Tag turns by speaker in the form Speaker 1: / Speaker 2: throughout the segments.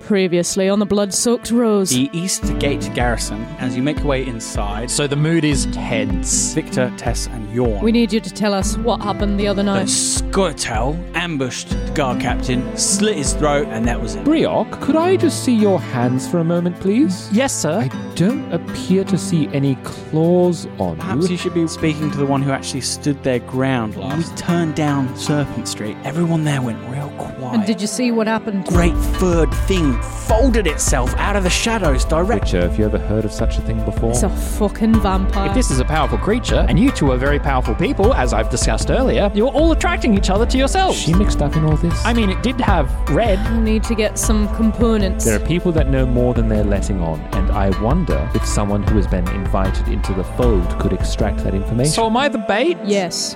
Speaker 1: Previously on the blood-soaked rose.
Speaker 2: The East Gate Garrison. As you make your way inside,
Speaker 3: So the mood is tense.
Speaker 2: Victor, Tess, and Yawn.
Speaker 1: We need you to tell us what happened the other
Speaker 2: the
Speaker 1: night.
Speaker 2: Skurtel ambushed the guard captain, slit his throat, and that was it.
Speaker 4: Brioc, could I just see your hands for a moment, please?
Speaker 3: Yes, sir.
Speaker 4: I don't appear to see any claws on
Speaker 2: Perhaps you
Speaker 4: you.
Speaker 2: should be speaking to the one who actually stood their ground last. We turned down Serpent Street. Everyone there went real quiet.
Speaker 1: And did you see what happened?
Speaker 2: Great furred thing folded itself out of the shadows directly.
Speaker 4: Witcher, have you ever heard of such a thing before?
Speaker 1: It's a fucking vampire.
Speaker 3: If this is a powerful creature, and you two are very powerful people, as I've discussed earlier, you're all attracting each other to yourselves.
Speaker 4: Is she mixed up in all this?
Speaker 3: I mean, it did have red.
Speaker 1: I need to get some components.
Speaker 4: There are people that know more than they're letting on, and I wonder if someone who has been invited into the fold could extract that information.
Speaker 3: So am I the bait?
Speaker 1: yes.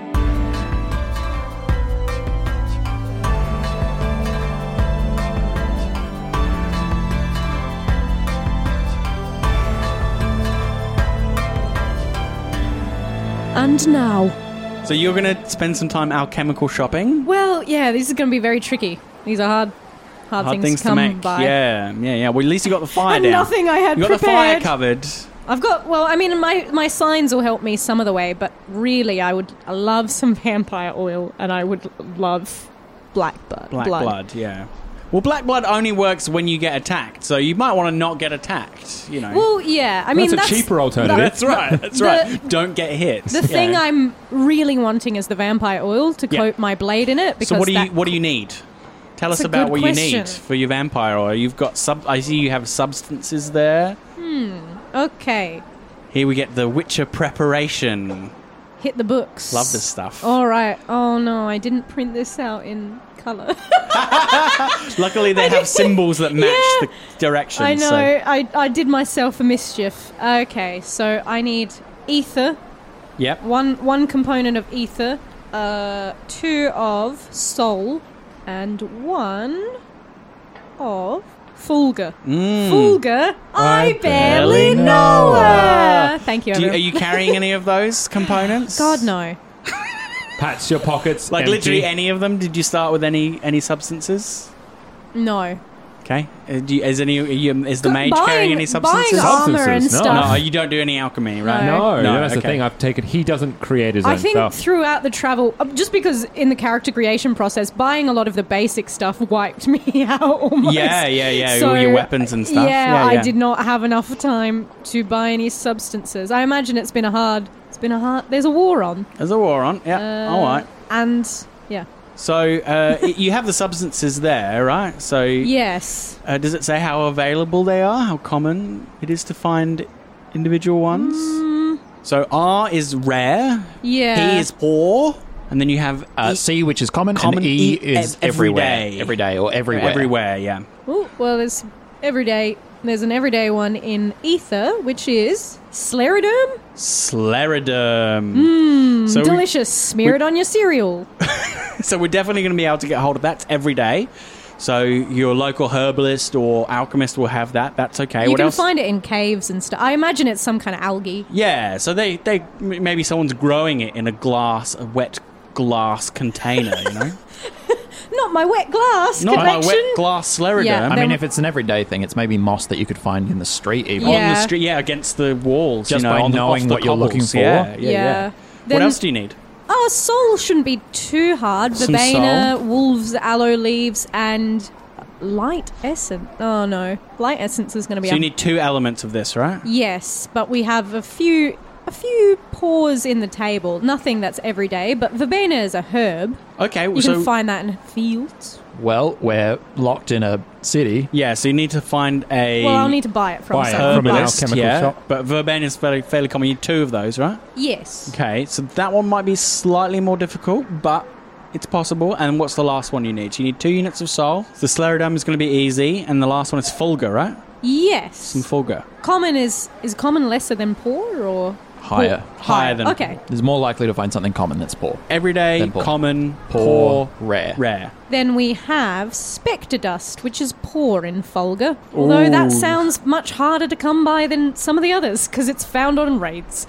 Speaker 1: And now.
Speaker 2: So you're gonna spend some time alchemical shopping.
Speaker 1: Well, yeah, this is going to be very tricky. These are hard, hard,
Speaker 2: Hard
Speaker 1: things,
Speaker 2: things,
Speaker 1: to
Speaker 2: to
Speaker 1: come
Speaker 2: make.
Speaker 1: by.
Speaker 2: Yeah, yeah, yeah. Well, at least you got the fire
Speaker 1: And
Speaker 2: down.
Speaker 1: nothing I had
Speaker 2: You got the fire
Speaker 1: prepared.
Speaker 2: covered.
Speaker 1: I've got well, I mean, my my signs will help me some of the way, but really, I would love some vampire oil, and I would love black blood.
Speaker 2: Black blood. yeah. Well, black blood only works when you get attacked, so you might want to not get attacked. You know.
Speaker 1: Well, yeah, I mean,
Speaker 4: That's a
Speaker 1: that's
Speaker 4: cheaper alternative.
Speaker 2: that's right. That's
Speaker 1: the-
Speaker 2: right. Don't get hit.
Speaker 1: The thing I'm really wanting is the vampire oil to
Speaker 2: Yeah.
Speaker 1: coat my blade in it. Because
Speaker 2: So what do you
Speaker 1: that-
Speaker 2: what do you need? Tell
Speaker 1: That's
Speaker 2: us
Speaker 1: a
Speaker 2: about
Speaker 1: good
Speaker 2: what you
Speaker 1: question.
Speaker 2: need for your vampire oil. You've got sub. I see you have substances there.
Speaker 1: Okay,
Speaker 2: Here we get the Witcher preparation.
Speaker 1: hit the books.
Speaker 2: Love this stuff.
Speaker 1: All right. Oh no, I didn't print this out in color.
Speaker 2: Luckily, they have symbols that match
Speaker 1: Yeah.
Speaker 2: the direction.
Speaker 1: I know.
Speaker 2: So.
Speaker 1: I I did myself a mischief. Okay, so I need ether.
Speaker 2: Yep.
Speaker 1: One one component of ether, uh, two of soul, and one of fulgur. Fulgur, I, barely
Speaker 2: Mm. barely
Speaker 1: know her. Thank you.
Speaker 2: Do you, are
Speaker 1: everyone.
Speaker 2: you carrying any of those components?
Speaker 1: God no.
Speaker 4: Pats your pockets.
Speaker 2: Like
Speaker 4: empty.
Speaker 2: literally any of them? Did you start with any any substances?
Speaker 1: No.
Speaker 2: Okay. Uh, do you, is any are you, is the
Speaker 1: Go-
Speaker 2: mage
Speaker 1: buying-
Speaker 2: carrying any substances?
Speaker 1: Buying armor and
Speaker 4: Substances, no.
Speaker 1: stuff.
Speaker 2: no, you don't do any alchemy, right?
Speaker 4: No, that's the
Speaker 2: okay.
Speaker 4: thing. I've taken. He doesn't create his
Speaker 1: I
Speaker 4: own
Speaker 1: think
Speaker 4: stuff.
Speaker 1: throughout the travel, uh, just because in the character creation process, buying a lot of the basic stuff wiped me out almost.
Speaker 2: Yeah, yeah, yeah, all your weapons and stuff.
Speaker 1: Yeah,
Speaker 2: Yeah,
Speaker 1: I
Speaker 2: yeah.
Speaker 1: did not have enough time to buy any substances. I imagine it's been a hard. It's been a hard. There's a war on.
Speaker 2: There's a war on. Yeah.
Speaker 1: Uh,
Speaker 2: All right.
Speaker 1: And yeah.
Speaker 2: So uh, y- you have the substances there, right? So
Speaker 1: Yes.
Speaker 2: uh, does it say how available they are? How common it is to find individual ones? So R is rare.
Speaker 1: Mm. Yeah.
Speaker 2: P is poor. And then you have
Speaker 3: Uh,
Speaker 2: E-
Speaker 3: C, which is common,
Speaker 2: Common
Speaker 3: and E,
Speaker 2: E
Speaker 3: is
Speaker 2: ev- every
Speaker 3: everywhere.
Speaker 2: day.
Speaker 3: Every day or everywhere.
Speaker 2: everywhere. Yeah.
Speaker 1: Ooh, well, it's every day There's an everyday one in ether, which is Sleriderm.
Speaker 2: Sleriderm. so, Oh, we,
Speaker 1: Hmm, Delicious. Smear it on your cereal.
Speaker 2: so we're definitely going to be able to get hold of that every day. So your local herbalist or alchemist will have that. That's okay.
Speaker 1: you
Speaker 2: what
Speaker 1: can
Speaker 2: else?
Speaker 1: find it in caves and stuff. I imagine it's some kind of algae.
Speaker 2: Yeah, so they they m- maybe someone's growing it in a glass, a wet glass container, you know,
Speaker 1: Not my wet glass
Speaker 2: not a
Speaker 1: connection.
Speaker 2: wet glass Sleriderm.
Speaker 1: Yeah,
Speaker 2: I
Speaker 1: they-
Speaker 2: mean,
Speaker 5: I mean,
Speaker 1: Then-
Speaker 5: if it's an everyday thing, it's maybe moss that you could find in the street, even.
Speaker 1: Yeah.
Speaker 2: on the street, yeah, against the walls,
Speaker 5: Just
Speaker 2: you know,
Speaker 5: by
Speaker 2: on the,
Speaker 5: knowing
Speaker 2: off the
Speaker 5: what you're looking
Speaker 2: cobbles.
Speaker 5: for.
Speaker 2: Yeah, yeah.
Speaker 1: Yeah.
Speaker 2: yeah.
Speaker 1: Then-
Speaker 2: what else do you need?
Speaker 1: Oh, soul shouldn't be too hard.
Speaker 2: Some
Speaker 1: Verbena,
Speaker 2: soul.
Speaker 1: wolves, aloe leaves, and light essence. Oh no, light essence is going to be.
Speaker 2: So
Speaker 1: a-
Speaker 2: you need two elements of this, right?
Speaker 1: yes, but we have a few a few pores in the table. Nothing that's every day, but verbena is a herb.
Speaker 2: Okay,
Speaker 1: You
Speaker 2: Oh, so
Speaker 1: can find that in fields.
Speaker 5: Well, we're locked in a city.
Speaker 2: yeah, so you need to find a
Speaker 1: Well, I'll need to buy it from
Speaker 5: Buy it
Speaker 1: someone.
Speaker 5: from an
Speaker 1: but-
Speaker 2: herbalist,
Speaker 5: alchemical
Speaker 2: yeah,
Speaker 5: shop.
Speaker 2: Uh, but verbena is fairly fairly common. You need two of those, right?
Speaker 1: Yes.
Speaker 2: Okay, so that one might be slightly more difficult, but it's possible. And what's the last one you need? You need two units of soul. The Sleriderm is going to be easy, and the last one is Fulgur, right?
Speaker 1: Yes.
Speaker 2: Some Fulgur.
Speaker 1: common is is common lesser than poor or
Speaker 5: Higher.
Speaker 2: Higher than
Speaker 1: okay.
Speaker 5: Is more likely to find something common that's poor.
Speaker 2: Everyday,
Speaker 5: Then poor.
Speaker 2: common,
Speaker 5: Poor,
Speaker 2: poor,
Speaker 5: rare.
Speaker 2: rare.
Speaker 1: Then we have Spectre Dust, which is poor in Folger. Although that
Speaker 2: Ooh.
Speaker 1: sounds much harder to come by than some of the others because it's found on raids.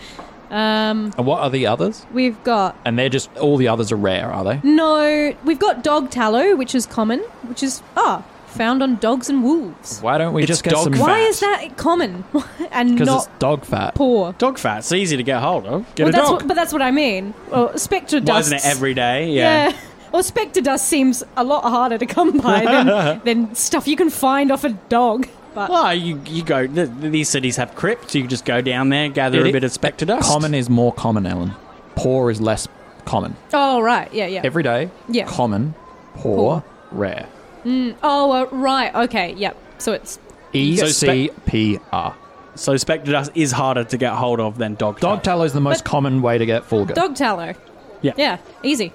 Speaker 1: Um,
Speaker 5: And what are the others?
Speaker 1: we've got
Speaker 5: And they're just all the others are rare, are they?
Speaker 1: no, we've got dog tallow, which is common, which is ah found on dogs and wolves.
Speaker 5: Why don't we
Speaker 2: It's
Speaker 5: just get
Speaker 2: dog
Speaker 5: some?
Speaker 2: fat.
Speaker 1: Why is that common and
Speaker 5: Because
Speaker 1: not
Speaker 5: it's dog fat.
Speaker 1: poor?
Speaker 2: Dog fat's easy to get hold of. Get
Speaker 1: Well,
Speaker 2: a
Speaker 1: that's
Speaker 2: dog.
Speaker 1: what, but that's what I mean. Well, Spectre Dust.
Speaker 2: Why isn't it every day? Yeah.
Speaker 1: Well, Spectre Dust seems a lot harder to come by than, than stuff you can find off a dog. But
Speaker 2: Well, you, you go, th- th- these cities have crypts. You just go down there, gather
Speaker 5: It
Speaker 2: a
Speaker 5: is-
Speaker 2: bit of spectre dust.
Speaker 5: Common is more common, Ellen. Poor is less common.
Speaker 1: Oh, right. Yeah, yeah.
Speaker 5: Every day,
Speaker 1: Yeah.
Speaker 5: common, poor, rare.
Speaker 1: oh, uh, right. Okay. Yep. So it's.
Speaker 5: E
Speaker 2: So
Speaker 5: C P R.
Speaker 2: So spectre dust is harder to get hold of than dog
Speaker 5: Dog
Speaker 2: fat.
Speaker 5: tallow is the most common way to get fulgur.
Speaker 1: Dog tallow.
Speaker 2: Yeah.
Speaker 1: Yeah. Easy.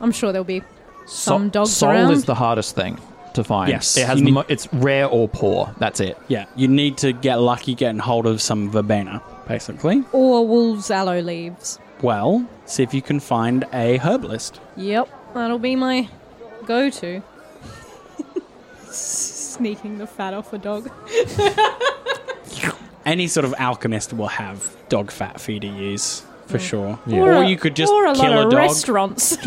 Speaker 1: I'm sure there'll be
Speaker 5: So-
Speaker 1: some dogs
Speaker 5: soul
Speaker 1: around.
Speaker 5: is the hardest thing to find.
Speaker 2: Yes.
Speaker 5: it has
Speaker 2: You
Speaker 5: the
Speaker 2: need-
Speaker 5: mo- it's rare or poor. That's it.
Speaker 2: Yeah, you need to get lucky getting hold of some verbena, basically.
Speaker 1: or wolves' aloe leaves.
Speaker 2: Well, see if you can find a herbalist.
Speaker 1: Yep. That'll be my go to. Sneaking the fat off a dog.
Speaker 2: Any sort of alchemist will have dog fat for you to use, for sure.
Speaker 1: Or,
Speaker 2: Or,
Speaker 1: a-
Speaker 2: you could just
Speaker 1: Or a
Speaker 2: kill
Speaker 1: lot
Speaker 2: a
Speaker 1: of
Speaker 2: dog.
Speaker 1: restaurants.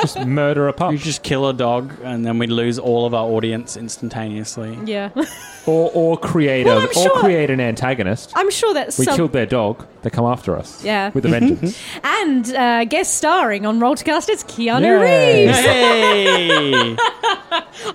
Speaker 4: Just murder a pup.
Speaker 2: You just kill a dog, and then we lose all of our audience instantaneously.
Speaker 1: yeah.
Speaker 4: Or, or create
Speaker 1: Well,
Speaker 4: a,
Speaker 1: I'm
Speaker 4: or
Speaker 1: sure-
Speaker 4: create an antagonist.
Speaker 1: I'm sure that
Speaker 4: we
Speaker 1: some.
Speaker 4: killed their dog. They come after us.
Speaker 1: Yeah.
Speaker 4: With a vengeance.
Speaker 1: and uh, guest starring on Roll to Cast, it's Keanu
Speaker 4: Yay.
Speaker 1: Reeves.
Speaker 2: Hey!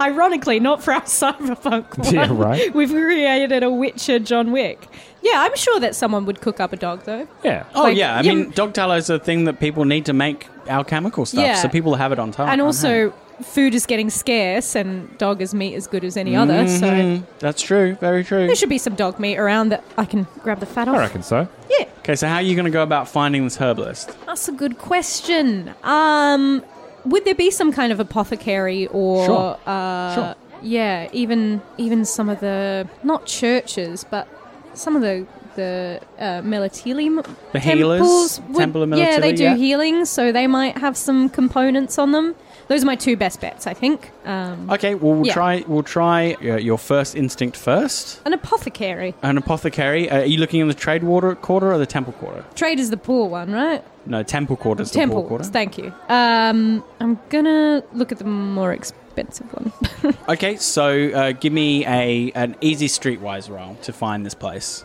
Speaker 1: Ironically, not for our cyberpunk one.
Speaker 4: Yeah, right.
Speaker 1: We've created a Witcher John Wick. Yeah, I'm sure that someone would cook up a dog though.
Speaker 4: yeah.
Speaker 2: oh,
Speaker 1: Like,
Speaker 2: yeah. I
Speaker 1: yeah.
Speaker 2: mean, dog tallow is a thing that people need to make alchemical stuff,
Speaker 1: Yeah.
Speaker 2: so people have it on top.
Speaker 1: and also, food is getting scarce, and dog is meat as good as any other. So
Speaker 4: Mm-hmm.
Speaker 2: That's true. Very true.
Speaker 1: there should be some dog meat around that I can grab the fat off.
Speaker 4: I reckon so.
Speaker 1: Yeah,
Speaker 2: Okay, so how are you going to go about finding this herbalist?
Speaker 1: that's a good question. Um, would there be some kind of apothecary or?
Speaker 2: Sure.
Speaker 1: Uh,
Speaker 2: Sure.
Speaker 1: Yeah, even even some of the not churches, but some of the the uh, Melatelium
Speaker 2: The healers?
Speaker 1: temples would-
Speaker 2: Temple of
Speaker 1: yeah, they
Speaker 2: Militili,
Speaker 1: do
Speaker 2: yeah.
Speaker 1: healing, so they might have some components on them. Those are my two best bets, I think. Um,
Speaker 2: Okay, well we'll
Speaker 1: Yeah.
Speaker 2: try we'll try uh, your first instinct first.
Speaker 1: an apothecary
Speaker 2: An apothecary. Uh, are you looking in the trade water, quarter or the temple quarter?
Speaker 1: trade is the poor one, right?
Speaker 2: No, temple quarter is the poor
Speaker 1: Temple.
Speaker 2: quarter.
Speaker 1: Thank you. Um, I'm gonna look at the more expensive one.
Speaker 2: okay, so uh, give me a an easy streetwise roll to find this place.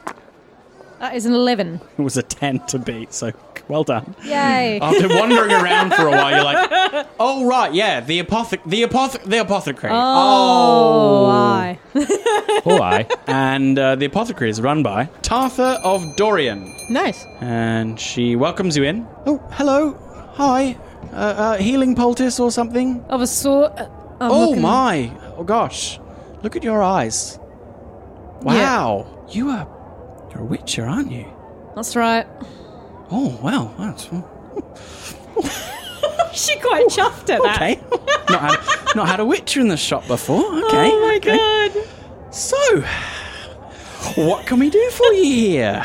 Speaker 1: that is Uh, an eleven.
Speaker 2: It was a ten to beat, so well done.
Speaker 1: Yay!
Speaker 2: After wandering around for a while, you're like, oh right, yeah, the apothe the apoth the apothecary.
Speaker 1: Oh, I.
Speaker 4: Or I.
Speaker 2: and uh, the apothecary is run by Tartha of Dorian.
Speaker 1: nice.
Speaker 2: And she welcomes you in. Oh, hello. Hi. Uh, uh, healing poultice or something?
Speaker 1: Of a sort. uh, I'm
Speaker 2: oh,
Speaker 1: looking-
Speaker 2: my. Oh, gosh. Look at your eyes. Wow. You are. You're a witcher, aren't you?
Speaker 1: That's right.
Speaker 2: Oh, wow. That's.
Speaker 1: She quite chuffed at that.
Speaker 2: Okay. not, Oh had, not had a witcher in the shop before. Okay.
Speaker 1: Oh my
Speaker 2: okay.
Speaker 1: god.
Speaker 2: So, What can we do for you here?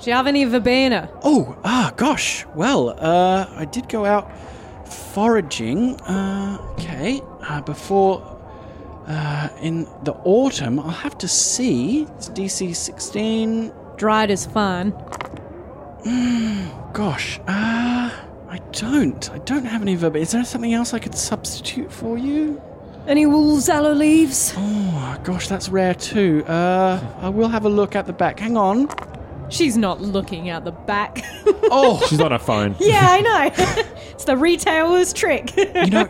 Speaker 1: Do you have any verbena?
Speaker 2: Oh, ah, gosh. Well, uh, I did go out foraging. Uh, okay. Uh, before, uh, in the autumn, I'll have to see. It's DC 16.
Speaker 1: Dried is fine.
Speaker 2: Gosh. Uh, I don't. I don't have any verbena. Is there something else I could substitute for you?
Speaker 1: Any wool's aloe leaves?
Speaker 2: Oh, gosh, that's rare too. Uh, I will have a look at the back. Hang on.
Speaker 1: She's not looking at the back.
Speaker 2: Oh,
Speaker 4: She's on her phone.
Speaker 1: yeah, I know. it's the retailer's trick.
Speaker 2: you know,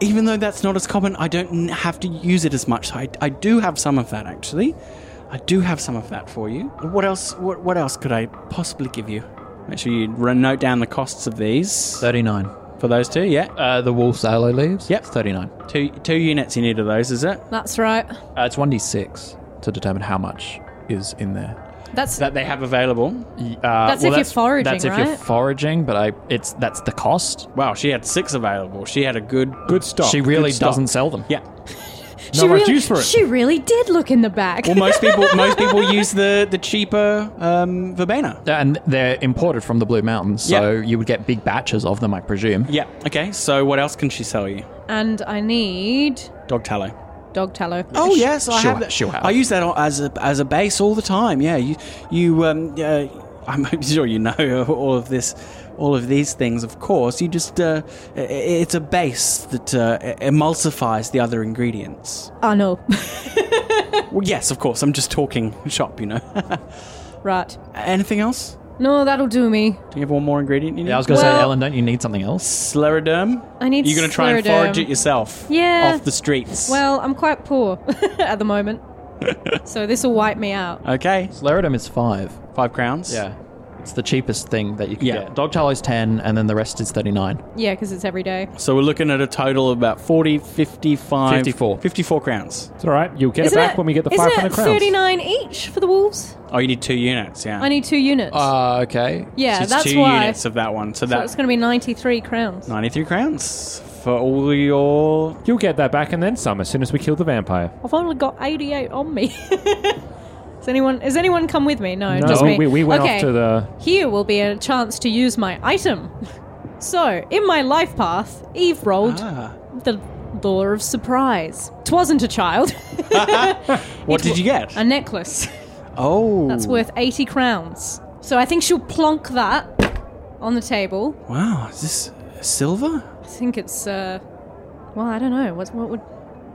Speaker 2: even though that's not as common, I don't n- have to use it as much. I, I do have some of that actually. I do have some of that for you. What else? What, what else could I possibly give you? Make sure you r- note down the costs of these
Speaker 5: 39.
Speaker 2: for those two. Yeah,
Speaker 5: Uh, the wolf's aloe leaves?
Speaker 2: Yep.
Speaker 5: 39. Uh,
Speaker 2: two two units in each of those. Is it?
Speaker 1: That's right.
Speaker 5: it's 1d6 to determine how much is in there.
Speaker 1: That's
Speaker 2: That they have available.
Speaker 5: Y- Uh,
Speaker 1: That's if you're foraging,
Speaker 5: That's if you're
Speaker 1: right?
Speaker 5: foraging, but I it's that's the cost.
Speaker 2: Wow, she had six available. She had a good
Speaker 4: Good stock.
Speaker 5: she really
Speaker 4: Good stock.
Speaker 5: doesn't sell them.
Speaker 2: yeah.
Speaker 4: No
Speaker 1: she
Speaker 4: much
Speaker 1: really,
Speaker 4: use for it.
Speaker 1: She really did look in the back.
Speaker 2: Well, most people most people use the the cheaper um, verbena.
Speaker 5: And they're imported from the Blue Mountains, so
Speaker 2: Yep.
Speaker 5: you would get big batches of them, I presume.
Speaker 2: Yeah. Okay. So what else can she sell you?
Speaker 1: and I need
Speaker 2: Dog tallow.
Speaker 1: dog tallow.
Speaker 2: Oh yes, I
Speaker 5: she'll
Speaker 2: have
Speaker 5: ha-
Speaker 2: that.
Speaker 5: she'll have
Speaker 2: I
Speaker 5: it.
Speaker 2: use that al- as a as a base all the time. Yeah, you you um, uh, I'm sure you know all of this, all of these things. Of course, you just uh, i- i- it's a base that uh, emulsifies the other ingredients.
Speaker 1: I know.
Speaker 2: Well, yes, of course. I'm just talking shop, you know.
Speaker 1: right.
Speaker 2: Anything else?
Speaker 1: No, that'll do me.
Speaker 2: Do you have one more ingredient? You need?
Speaker 5: Yeah, I was going to
Speaker 1: Well-
Speaker 5: say, Ellen, don't you need something else?
Speaker 2: Scleroderm.
Speaker 1: I need
Speaker 2: You're going to try and
Speaker 1: scleroderm.
Speaker 2: forage it yourself.
Speaker 1: Yeah.
Speaker 2: Off the streets.
Speaker 1: Well, I'm quite poor at the moment, so this will wipe me out.
Speaker 2: Okay.
Speaker 5: Sclerodum is five.
Speaker 2: Five crowns.
Speaker 5: It's the cheapest thing that you can
Speaker 2: Yeah.
Speaker 5: get. Dog tallow is 10, and then the rest is 39.
Speaker 1: Yeah, because it's every day.
Speaker 2: So we're looking at a total of about 40, 55,
Speaker 5: 54.
Speaker 2: 54 crowns.
Speaker 4: It's all right. You'll get it back when we get the
Speaker 1: isn't
Speaker 4: 500
Speaker 1: it
Speaker 4: crowns.
Speaker 1: 39 each for the wolves?
Speaker 2: Oh, you need two units, yeah.
Speaker 1: I need two units.
Speaker 5: Uh, okay.
Speaker 1: yeah,
Speaker 2: So it's
Speaker 1: that's
Speaker 2: two
Speaker 1: why.
Speaker 2: units of that one. So
Speaker 1: so it's
Speaker 2: that's
Speaker 1: going to be 93 crowns.
Speaker 2: 93 crowns for all your.
Speaker 4: You'll get that back and then some as soon as we kill the vampire.
Speaker 1: I've only got 88 on me. Is anyone, has anyone come with me? No, just me.
Speaker 4: we, we went
Speaker 1: okay.
Speaker 4: off to the.
Speaker 1: Here will be a chance to use my item. So, in my life path, Eve rolled
Speaker 2: Ah.
Speaker 1: the law of surprise. Twasn't a child,
Speaker 2: What did you get?
Speaker 1: a necklace.
Speaker 2: oh.
Speaker 1: That's worth 80 crowns. So I think she'll plonk that on the table.
Speaker 2: Wow, is this silver?
Speaker 1: I think it's uh well, I don't know. What's what would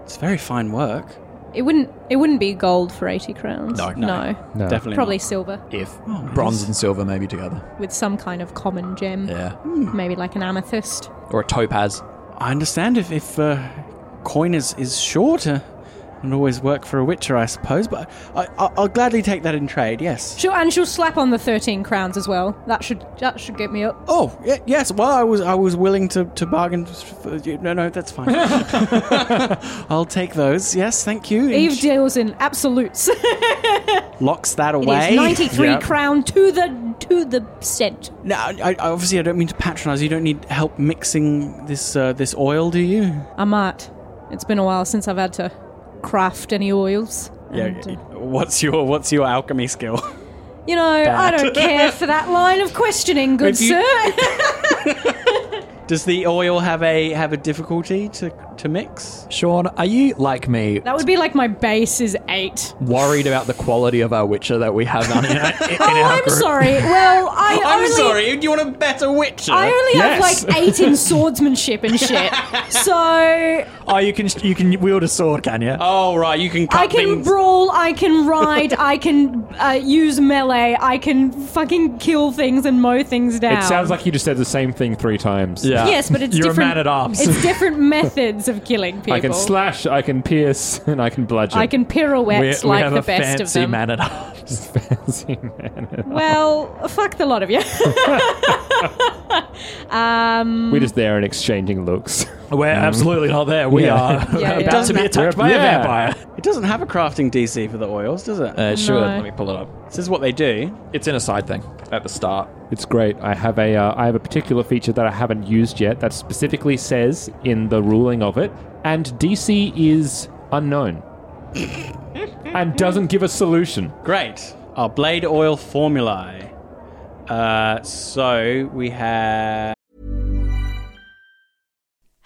Speaker 2: It's very fine work.
Speaker 1: it wouldn't it wouldn't be gold for 80 crowns.
Speaker 5: No.
Speaker 1: no.
Speaker 4: No.
Speaker 2: Definitely.
Speaker 1: Probably
Speaker 2: not.
Speaker 1: silver
Speaker 5: If bronze and silver maybe together.
Speaker 1: with some kind of common gem.
Speaker 5: Yeah.
Speaker 1: Maybe like an amethyst.
Speaker 5: Or a topaz.
Speaker 2: I understand if, if uh, coin is, is short. Uh, and always work for a witcher, I suppose, but I, I, I'll gladly take that in trade, yes.
Speaker 1: She'll, and she'll slap on the 13 crowns as well. That should that should get me up.
Speaker 2: Oh, y- yes, well, I was I was willing to, to bargain. For, you- no, no, that's fine. I'll take those, yes, thank you. And
Speaker 1: Eve
Speaker 2: she
Speaker 1: deals in absolutes. it
Speaker 2: locks that away.
Speaker 1: is 93
Speaker 4: Yep.
Speaker 1: crown to the to the cent.
Speaker 2: No, I, I, obviously I don't mean to patronise. You don't need help mixing this uh, this oil, do you?
Speaker 1: I might. It's been a while since I've had to craft any oils. And, uh,
Speaker 2: What's your What's your alchemy skill?
Speaker 1: You know, I don't care for that line of questioning, good
Speaker 2: If you-
Speaker 1: sir.
Speaker 2: Does the oil have a have a difficulty to to mix?
Speaker 5: Sean, are you, like me,
Speaker 1: that would be like my base is eight.
Speaker 5: worried about the quality of our witcher that we have in, in, in
Speaker 1: Oh,
Speaker 5: our
Speaker 1: I'm
Speaker 5: group?
Speaker 1: sorry. Well, I
Speaker 2: I'm
Speaker 1: only,
Speaker 2: sorry. Do you want a better witcher?
Speaker 1: I only
Speaker 4: Yes.
Speaker 1: have like eight in swordsmanship and shit. So
Speaker 5: Oh, you can you can wield a sword, can you?
Speaker 2: oh right, you can cut
Speaker 1: I can
Speaker 2: things.
Speaker 1: brawl, I can ride, I can uh, use melee, I can fucking kill things and mow things down.
Speaker 4: It sounds like you just said the same thing three times.
Speaker 5: Yeah.
Speaker 1: yes, but it's
Speaker 5: You're a
Speaker 1: different.
Speaker 5: man at arms.
Speaker 1: It's different methods of killing people.
Speaker 4: I can slash, I can pierce, and I can bludgeon.
Speaker 1: I can pirouette like the best of them.
Speaker 5: at arms.
Speaker 4: fancy man.
Speaker 1: Well, fuck the lot of you. um,
Speaker 4: We're just there and exchanging looks.
Speaker 5: We're absolutely not there. We
Speaker 4: Yeah.
Speaker 5: are
Speaker 1: Yeah, yeah.
Speaker 5: about to be attacked by
Speaker 4: Yeah.
Speaker 5: a vampire.
Speaker 2: It doesn't have a crafting DC for the oils, does it?
Speaker 5: Uh,
Speaker 1: should.
Speaker 5: sure.
Speaker 1: No. Let
Speaker 5: Let
Speaker 1: me
Speaker 5: me pull it up.
Speaker 2: this is what they do.
Speaker 5: It's in a side thing at the start.
Speaker 4: It's great. I have a uh, I have a particular feature that I haven't used yet that specifically says in the ruling of it, and DC is unknown.
Speaker 3: and doesn't give a solution.
Speaker 2: Great. Our blade oil formulae. Uh, so we have.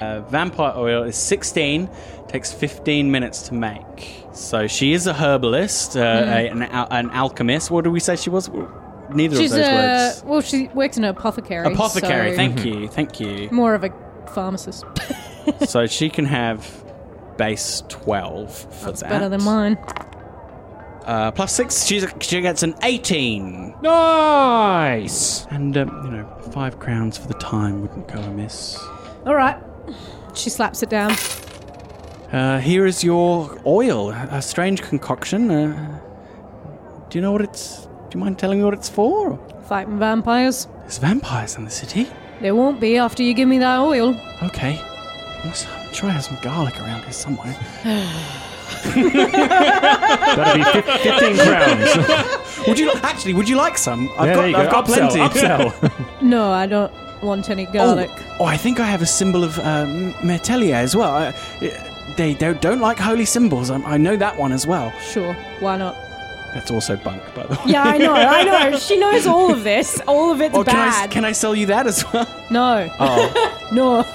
Speaker 2: Uh, vampire oil is 16, takes 15 minutes to make. So she is a herbalist, uh,
Speaker 1: Hmm.
Speaker 2: a- an, al- an alchemist. What did we say she was? Neither
Speaker 1: She's
Speaker 2: of those
Speaker 1: a
Speaker 2: words.
Speaker 1: well. She worked in an apothecary.
Speaker 2: Apothecary,
Speaker 1: so-
Speaker 2: thank you, thank you.
Speaker 1: More of a pharmacist.
Speaker 2: so she can have base 12 for
Speaker 1: That's
Speaker 2: that.
Speaker 1: better than mine.
Speaker 2: Uh, plus 6, she's a, she gets an 18.
Speaker 3: Nice!
Speaker 2: And, um, you know, 5 crowns for the time wouldn't go amiss.
Speaker 1: All right. She slaps it down.
Speaker 2: Uh, here is your oil, a strange concoction. Uh, do you know what it's. Do you mind telling me what it's for?
Speaker 1: Fighting vampires.
Speaker 2: There's vampires in the city.
Speaker 1: There won't be after you give me that oil.
Speaker 2: Okay. Must- I'm sure I have some garlic around here somewhere.
Speaker 3: That'll be fif- 15 crowns.
Speaker 2: would you actually? Would you like some? I've
Speaker 3: Yeah,
Speaker 2: got.
Speaker 3: there you
Speaker 2: I've
Speaker 3: go.
Speaker 2: got plenty.
Speaker 3: Upsell, upsell.
Speaker 1: No, I don't want any garlic.
Speaker 2: Oh, I think I have a symbol of uh, M- Mertelia as well. I, I- they don't, don't like holy symbols. I, I know that one as well.
Speaker 1: Sure, why not?
Speaker 2: That's also bunk, by the way.
Speaker 1: Yeah, I know, I know. She knows all of this. All of it's
Speaker 2: Oh, can I s-
Speaker 1: bad.
Speaker 2: can I sell you that as well?
Speaker 1: No,
Speaker 3: Oh,
Speaker 1: no,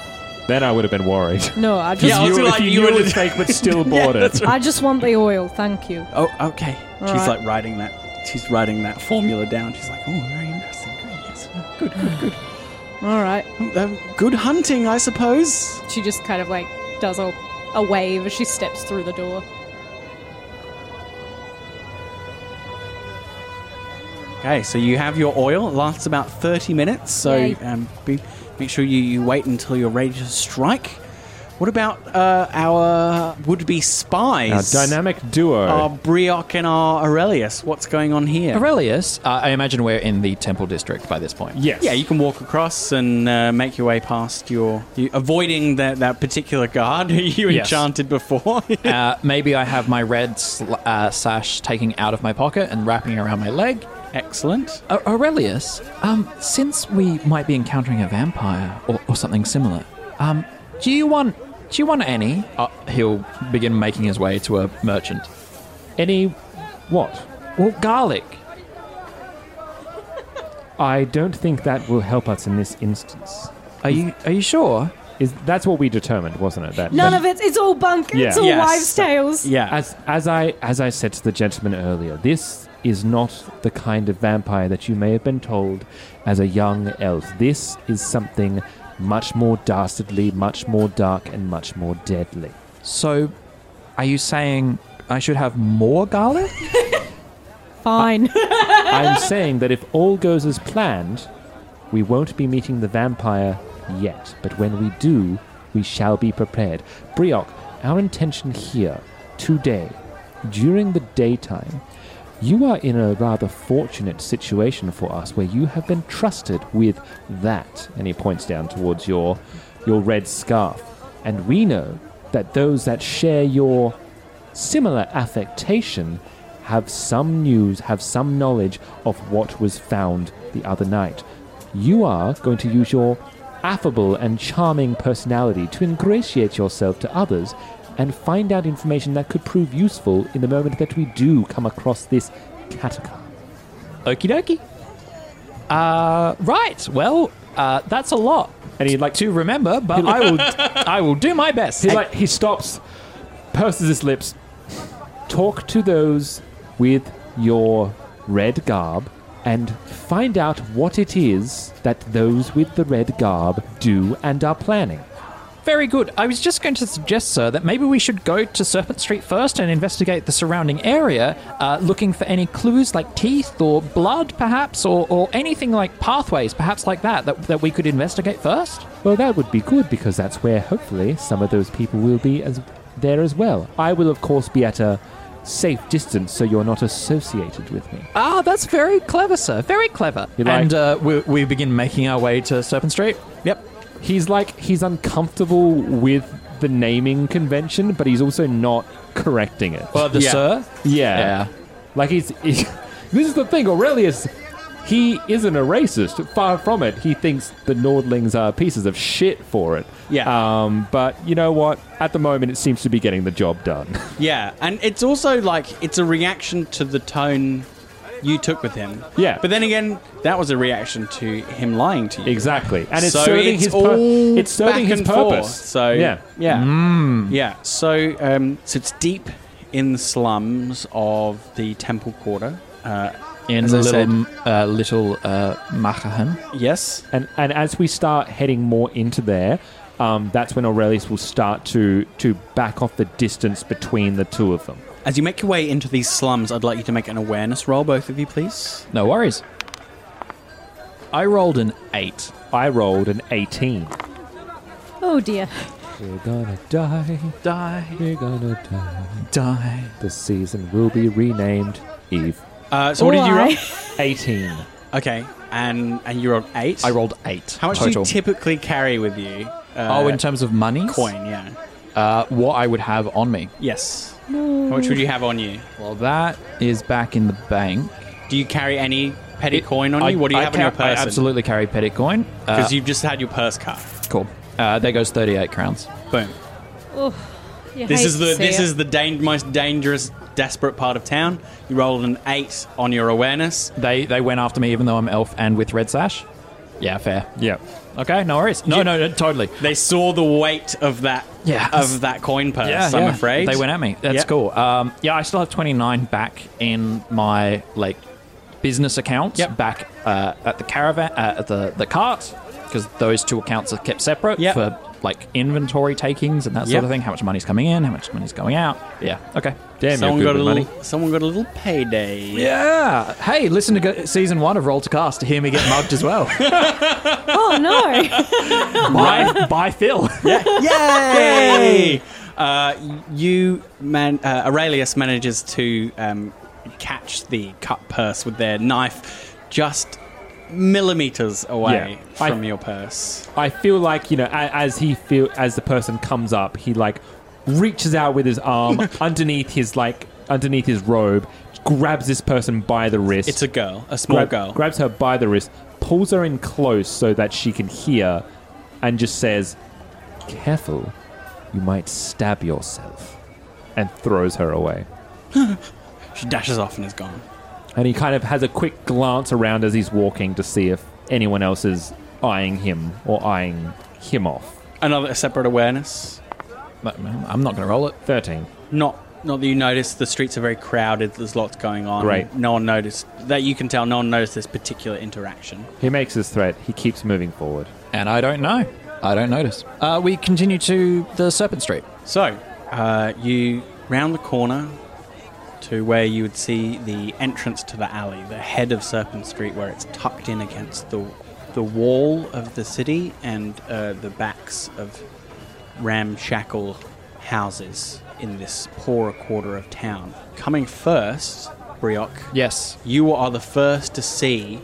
Speaker 3: then I would have been worried.
Speaker 1: no. I just,
Speaker 3: If you, if you, knew it was fake but still bought it.
Speaker 1: I just want the oil. Thank you.
Speaker 2: Oh, okay.
Speaker 1: All
Speaker 2: she's
Speaker 1: right.
Speaker 2: like writing that. She's writing that formula down. She's like, oh, very interesting. Great, yes. Good, good, good.
Speaker 1: All right.
Speaker 2: Um, good hunting, I suppose.
Speaker 1: She just kind of like does a, a wave as she steps through the door.
Speaker 2: Okay, so you have your oil. It lasts about 30 minutes, so
Speaker 1: Yay.
Speaker 2: um, be, make sure you, you wait until you're ready to strike. What about uh, our would be
Speaker 3: Our
Speaker 2: spies?
Speaker 3: dynamic duo.
Speaker 6: Um,
Speaker 2: Our Brioc and our Aurelius. What's going on here?
Speaker 6: Aurelius, uh, I imagine we're in the temple district by this point.
Speaker 3: yes.
Speaker 2: Yeah, you can walk across and uh, make your way past your. You, avoiding that, that particular guard who you
Speaker 6: Yes.
Speaker 2: enchanted before.
Speaker 6: Uh, maybe I have my red sl- uh, sash taking out of my pocket and wrapping around my leg.
Speaker 2: Excellent.
Speaker 6: Uh, Aurelius, um, since we might be encountering a vampire or, or something similar, um, do you want do you want any? Uh, he'll begin making his way to a merchant.
Speaker 3: Any. What?
Speaker 6: Well, garlic.
Speaker 3: I don't think that will help us in this instance.
Speaker 6: Are you are you sure?
Speaker 3: Is That's what we determined, wasn't it? That,
Speaker 1: None
Speaker 3: that-
Speaker 1: of it. It's all bunk. It's
Speaker 3: Yeah.
Speaker 1: all
Speaker 2: Yes.
Speaker 1: wives' tales.
Speaker 2: Yeah.
Speaker 3: As, as, I, as I said to the gentleman earlier, this is not the kind of vampire that you may have been told as a young elf. This is something much more dastardly, much more dark, and much more deadly.
Speaker 6: So, are you saying I should have more garlic?
Speaker 1: Fine.
Speaker 3: I'm saying that if all goes as planned, we won't be meeting the vampire yet. But when we do, we shall be prepared. Brioc, our intention here, today, during the daytime, you are in a rather fortunate situation for us where you have been trusted with that. And he points down towards your your red scarf. And we know that those that share your similar affectation have some news, have some knowledge of what was found the other night. You are going to use your affable and charming personality to ingratiate yourself to others and find out information that could prove useful in the moment that we do come across this catacomb.
Speaker 7: Okie dokie. Uh, right. Well, uh, that's a lot. And he'd like to remember, but I will. I will do my best.
Speaker 3: He's like, he stops, purses his lips. Talk to those with your red garb and find out what it is that those with the red garb do and are planning.
Speaker 7: Very good. I was just going to suggest, sir, that maybe we should go to Serpent Street first and investigate the surrounding area, uh, looking for any clues like teeth or blood, perhaps, or, or anything like pathways, perhaps like that, that, that we could investigate first.
Speaker 3: Well, that would be good because that's where hopefully some of those people will be as there as well. I will, of course, be at a safe distance so you're not associated with me.
Speaker 7: Ah, that's very clever, sir. Very clever.
Speaker 3: You like-
Speaker 7: and uh, we, we begin making our way to Serpent Street. Yep.
Speaker 3: He's like he's uncomfortable with the naming convention, but he's also not correcting it.
Speaker 7: Well, the sir?
Speaker 3: Yeah. Like he's. he- this is the thing, Aurelius. He isn't a racist. Far from it. He thinks the Nordlings are pieces of shit for it. Yeah. Um, but you know what? At the moment, it seems to be getting the job done.
Speaker 2: Yeah, and it's also like it's a reaction to the tone you took with him.
Speaker 3: Yeah.
Speaker 2: But then again, that was a reaction to him lying to you.
Speaker 3: Exactly. And it's
Speaker 2: so
Speaker 3: serving
Speaker 2: it's
Speaker 3: his pur-
Speaker 2: all
Speaker 3: it's serving
Speaker 2: back
Speaker 3: his
Speaker 2: and
Speaker 3: purpose.
Speaker 2: forth. So
Speaker 3: Yeah.
Speaker 2: yeah. Yeah.
Speaker 3: Mm.
Speaker 2: Yeah. So um, so it's deep in the slums of the temple quarter. Uh,
Speaker 8: In
Speaker 2: as I
Speaker 8: little,
Speaker 2: said-
Speaker 8: m uh, little uh, Machahan.
Speaker 2: Yes.
Speaker 3: And and as we start heading more into there, um, that's when Aurelius will start to to back off the distance between the two of them.
Speaker 2: As you make your way into these slums, I'd like you to make an awareness roll, both of you, please.
Speaker 8: No worries. I rolled an eight.
Speaker 3: I rolled an eighteen.
Speaker 1: Oh dear.
Speaker 3: We're gonna die.
Speaker 2: Die.
Speaker 3: We're gonna die.
Speaker 2: Die.
Speaker 3: The season will be renamed Eve.
Speaker 2: Uh, so what did you roll?
Speaker 3: Eighteen.
Speaker 2: Okay, and and you rolled eight.
Speaker 8: I rolled eight.
Speaker 2: How much
Speaker 8: total.
Speaker 2: do you typically carry with you? uh,
Speaker 8: oh, in terms of money?
Speaker 2: coin, yeah.
Speaker 8: Uh, what I would have on me.
Speaker 2: Yes. How much would you have on you?
Speaker 8: Well, that is back in the bank.
Speaker 2: Do you carry any petty
Speaker 8: It-
Speaker 2: coin on
Speaker 8: I-
Speaker 2: you? What do you
Speaker 8: I
Speaker 2: have in your
Speaker 8: ca- I
Speaker 2: purse?
Speaker 8: absolutely carry petty coin. Uh,
Speaker 2: Because you've just had your purse cut.
Speaker 8: cool. Uh, there goes 38 crowns.
Speaker 2: Boom.
Speaker 1: You
Speaker 2: This
Speaker 1: hate
Speaker 2: is
Speaker 1: to
Speaker 2: the
Speaker 1: see
Speaker 2: this
Speaker 1: it.
Speaker 2: is the dang- most dangerous, desperate part of town. You rolled an eight on your awareness.
Speaker 8: They they went after me even though I'm elf and with red sash. Yeah, fair.
Speaker 3: Yeah.
Speaker 8: Okay, no worries. No,
Speaker 2: You-
Speaker 8: no, no, totally.
Speaker 2: They saw the weight of that
Speaker 8: Yeah.
Speaker 2: of that coin purse. I'm Uh, afraid
Speaker 8: They went at me. That's
Speaker 2: Yeah.
Speaker 8: cool. Um, yeah, I still have 29 back in my like business accounts
Speaker 2: Yep.
Speaker 8: back uh, at the caravan uh, at the the cart because those two accounts are kept separate
Speaker 2: Yep.
Speaker 8: for like inventory takings and that
Speaker 2: Yep.
Speaker 8: sort of thing. How much money's coming in? How much money's going out? Yeah. Okay.
Speaker 3: Damn,
Speaker 2: Someone
Speaker 3: you're
Speaker 2: got
Speaker 3: good
Speaker 2: a
Speaker 3: with
Speaker 2: little
Speaker 3: money.
Speaker 2: someone got a little payday.
Speaker 8: Yeah. Hey, listen to go- season one of Roll to Cast to hear me get mugged as well
Speaker 1: Oh no.
Speaker 8: by by Phil.
Speaker 2: Yay! uh, you man, uh, Aurelius manages to um, catch the cut purse with their knife, just millimeters away
Speaker 3: Yeah. I-
Speaker 2: from your purse.
Speaker 3: I feel like you know, a- as he feel as the person comes up, he like reaches out with his arm underneath his like underneath his robe, grabs this person by the wrist.
Speaker 2: It's a girl, a small
Speaker 3: grab-
Speaker 2: girl.
Speaker 3: Grabs her by the wrist, pulls her in close so that she can hear, and just says, "Careful, you might stab yourself," and throws her away.
Speaker 2: She dashes off and is gone.
Speaker 3: And he kind of has a quick glance around as he's walking to see if anyone else is eyeing him or eyeing him off.
Speaker 2: Another separate awareness.
Speaker 8: But, um, I'm not going to roll it.
Speaker 3: Thirteen.
Speaker 2: Not. Not that you notice, the streets are very crowded, there's lots going on.
Speaker 3: Great.
Speaker 2: No one noticed, that you can tell, no one noticed this particular interaction.
Speaker 3: He makes his threat. He keeps moving forward.
Speaker 8: And I don't know. I don't notice. Uh, we continue to the Serpent Street.
Speaker 2: So, uh, you round the corner to where you would see the entrance to the alley, the head of Serpent Street, where it's tucked in against the the wall of the city and uh, the backs of ramshackle houses in this poorer quarter of town. Coming first, Brioc,
Speaker 8: Yes.
Speaker 2: you are the first to see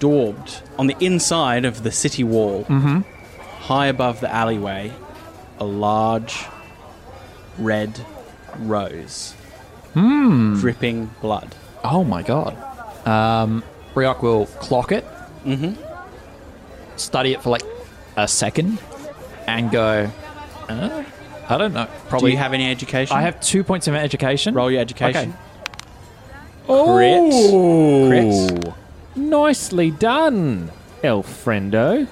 Speaker 2: daubed on the
Speaker 3: Mm-hmm.
Speaker 2: inside of the city wall, high above the alleyway, a large red rose,
Speaker 3: Hmm.
Speaker 2: dripping blood.
Speaker 3: Oh my god. Um, Briok will clock it,
Speaker 2: Mm-hmm.
Speaker 3: study it for like a second, and go. Uh, I don't know. Probably.
Speaker 2: Do you have any education?
Speaker 3: I have two points of education.
Speaker 2: Roll your education.
Speaker 3: Okay.
Speaker 4: Oh,
Speaker 2: Crit.
Speaker 4: nicely done, elf friendo.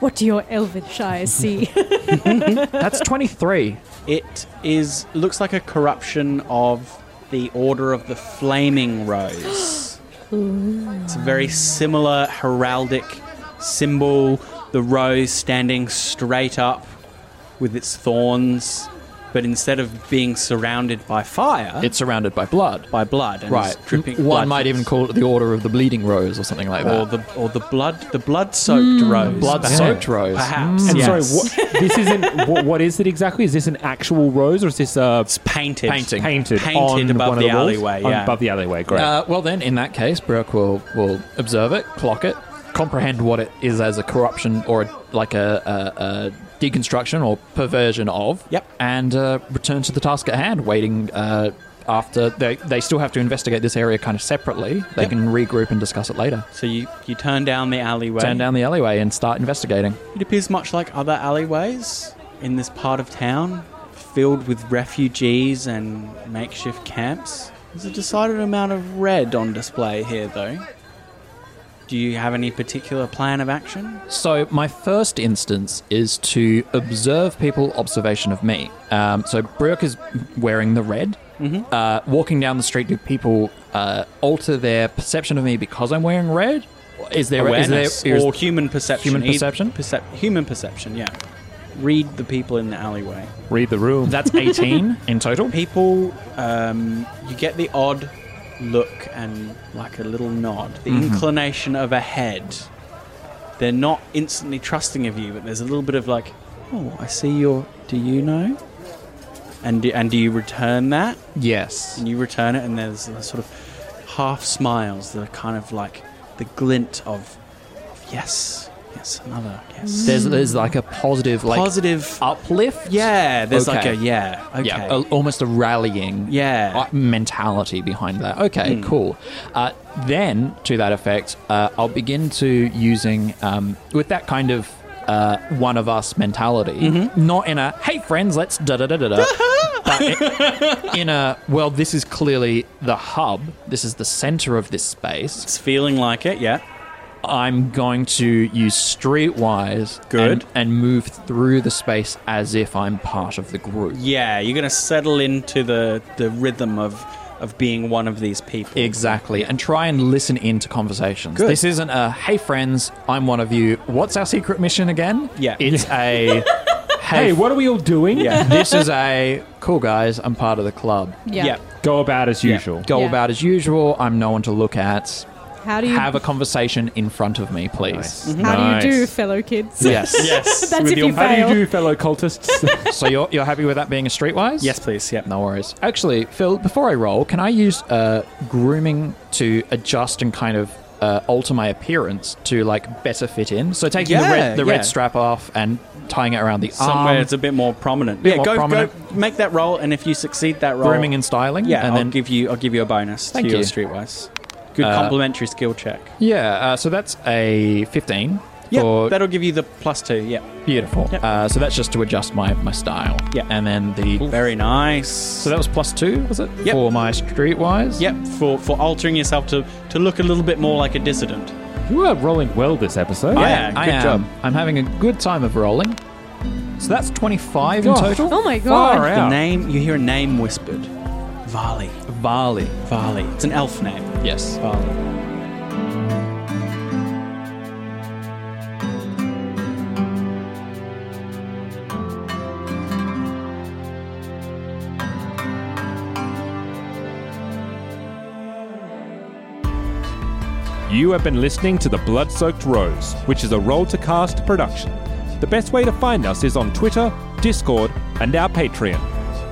Speaker 1: What do your elvish eyes see?
Speaker 3: That's twenty-three.
Speaker 2: It is looks like a corruption of the Order of the Flaming Rose. it's a very similar heraldic symbol. The rose standing straight up with its thorns, but instead of being surrounded by fire,
Speaker 3: It's surrounded by blood.
Speaker 2: by blood and
Speaker 3: Right.
Speaker 2: is dripping.
Speaker 3: One
Speaker 2: blood
Speaker 3: might
Speaker 2: from
Speaker 3: even
Speaker 2: its-
Speaker 3: call it the Order of the Bleeding Rose or something like that.
Speaker 2: or the or the blood the blood soaked rose,
Speaker 3: blood-soaked rose. Mm.
Speaker 2: perhaps.
Speaker 4: And
Speaker 2: yes.
Speaker 4: Mm. sorry, what, this isn't. What, what is it exactly? Is this an actual rose, or is this uh,
Speaker 2: It's painted,
Speaker 3: Painting.
Speaker 4: painted, on
Speaker 2: painted above
Speaker 4: one of
Speaker 2: the,
Speaker 4: walls?
Speaker 2: alleyway.
Speaker 4: On-
Speaker 2: Yeah,
Speaker 4: above the alleyway. Great.
Speaker 3: Uh, well, then, in that case, Brooke will will observe it, clock it, comprehend what it is as a corruption or a, like a, a, a deconstruction or perversion of.
Speaker 2: Yep.
Speaker 3: And uh, return to the task at hand, waiting uh, after they they still have to investigate this area kind of separately. They
Speaker 2: Yep.
Speaker 3: can regroup and discuss it later.
Speaker 2: So you, you turn down the alleyway.
Speaker 3: Turn down the alleyway and start investigating.
Speaker 2: It appears much like other alleyways in this part of town, filled with refugees and makeshift camps. There's a decided amount of red on display here, though. Do you have any particular plan of action?
Speaker 3: So my first instance is to observe people, observation of me. Um, so Brooke is wearing the red.
Speaker 2: Mm-hmm.
Speaker 3: Uh, walking down the street, do people uh, alter their perception of me because I'm wearing red? Is there is there-
Speaker 2: Awareness
Speaker 3: is
Speaker 2: or human perception?
Speaker 3: human
Speaker 2: Eith-
Speaker 3: perception?
Speaker 2: percep- human perception, yeah. Read the people in the alleyway.
Speaker 4: Read the room.
Speaker 3: that's 18 in total.
Speaker 2: People, um, you get the odd look and like a little nod, the
Speaker 3: Mm-hmm.
Speaker 2: inclination of a head. They're not instantly trusting of you, but there's a little bit of like, oh, I see your. Do you know? And do, and do you return that?
Speaker 3: Yes.
Speaker 2: And you return it, and there's a sort of half smiles that are kind of like the glint of, of yes, yes, another yes.
Speaker 3: There's there's like a positive like
Speaker 2: positive.
Speaker 3: uplift.
Speaker 2: yeah, there's like
Speaker 3: Mm. Okay.
Speaker 2: a yeah. Okay.
Speaker 3: Yeah, a, almost a rallying
Speaker 2: Yeah. Hmm.
Speaker 3: uh, mentality behind that. Okay, cool. Uh, then, to that effect, uh, I'll begin to using um, with that kind of uh, one of us mentality,
Speaker 2: Mm-hmm.
Speaker 3: not in a hey friends, let's da da da da da, but in, in a well, this is clearly the hub. This is the center of this space.
Speaker 2: It's feeling like it. Yeah.
Speaker 3: I'm going to use streetwise
Speaker 2: Good.
Speaker 3: and, and move through the space as if I'm part of the group.
Speaker 2: Yeah, you're gonna settle into the the rhythm of of being one of these people.
Speaker 3: Exactly, and try and listen into conversations.
Speaker 2: Good.
Speaker 3: This isn't a "Hey friends, I'm one of you. What's our secret mission again?"
Speaker 2: Yeah.
Speaker 3: it's a
Speaker 4: hey,
Speaker 3: "Hey,
Speaker 4: what are we all doing?
Speaker 2: Yeah.
Speaker 3: this is a cool guys. I'm part of the club.
Speaker 1: yeah.
Speaker 4: Go about as
Speaker 2: Yeah.
Speaker 4: usual.
Speaker 3: Go
Speaker 1: Yeah.
Speaker 3: about as usual. I'm no one to look at.
Speaker 1: How do you
Speaker 3: Have a conversation in front of me, please."
Speaker 1: how
Speaker 4: Nice.
Speaker 1: do you do, fellow kids?
Speaker 3: Yes.
Speaker 2: Yes.
Speaker 1: That's
Speaker 2: with
Speaker 1: if
Speaker 2: your-
Speaker 1: you
Speaker 4: How do
Speaker 1: fail.
Speaker 4: you do, fellow cultists?
Speaker 3: so you're, you're happy with that being a streetwise?
Speaker 2: Yes, please. Yeah.
Speaker 3: No worries. Actually, Phil, before I roll, can I use uh, grooming to adjust and kind of uh, alter my appearance to like better fit in? So taking the red
Speaker 2: Yeah,
Speaker 3: the
Speaker 2: yeah.
Speaker 3: red strap off and tying it around the
Speaker 2: Somewhere
Speaker 3: arm,
Speaker 2: it's a bit more prominent.
Speaker 3: Um, Bit
Speaker 2: yeah,
Speaker 3: more
Speaker 2: go
Speaker 3: prominent.
Speaker 2: go make that roll, and if you succeed that roll,
Speaker 3: grooming and styling.
Speaker 2: yeah,
Speaker 3: and
Speaker 2: I'll
Speaker 3: then
Speaker 2: give you I'll give you a bonus
Speaker 3: Thank
Speaker 2: to your
Speaker 3: you.
Speaker 2: streetwise. Good
Speaker 3: Uh,
Speaker 2: complementary skill check.
Speaker 3: yeah. Uh, so that's a fifteen.
Speaker 2: Yeah,
Speaker 3: for-
Speaker 2: that'll give you the plus two. Yeah,
Speaker 3: beautiful.
Speaker 2: Yep.
Speaker 3: Uh, so that's just to adjust my my style.
Speaker 2: Yeah.
Speaker 3: and then the
Speaker 2: very nice.
Speaker 3: so that was plus two, was it?
Speaker 2: Yep.
Speaker 3: For my streetwise.
Speaker 2: Yep, for, for altering yourself to, to look a little bit more like a dissident.
Speaker 4: you are rolling well this episode.
Speaker 2: Yeah.
Speaker 3: I, I
Speaker 2: good
Speaker 3: am.
Speaker 2: job.
Speaker 3: I'm having a good time of rolling. So that's 25 in
Speaker 4: Oh.
Speaker 3: total.
Speaker 1: Oh my god.
Speaker 4: Far out.
Speaker 2: The name you hear a name whispered, Vali.
Speaker 3: Varley.
Speaker 2: Vali. It's an elf name.
Speaker 3: Yes.
Speaker 2: Vali.
Speaker 4: You have been listening to The Blood Soaked Rose, which is a Roll to Cast production. The best way to find us is on Twitter, Discord, and our Patreon.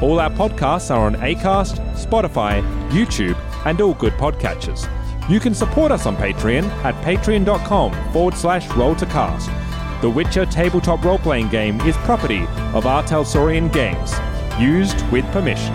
Speaker 4: All our podcasts are on Acast, Spotify, YouTube, and all good podcatchers. You can support us on Patreon at patreon.com forward slash roll to cast. The Witcher tabletop role playing game is property of Artel Saurian Games. Used with permission.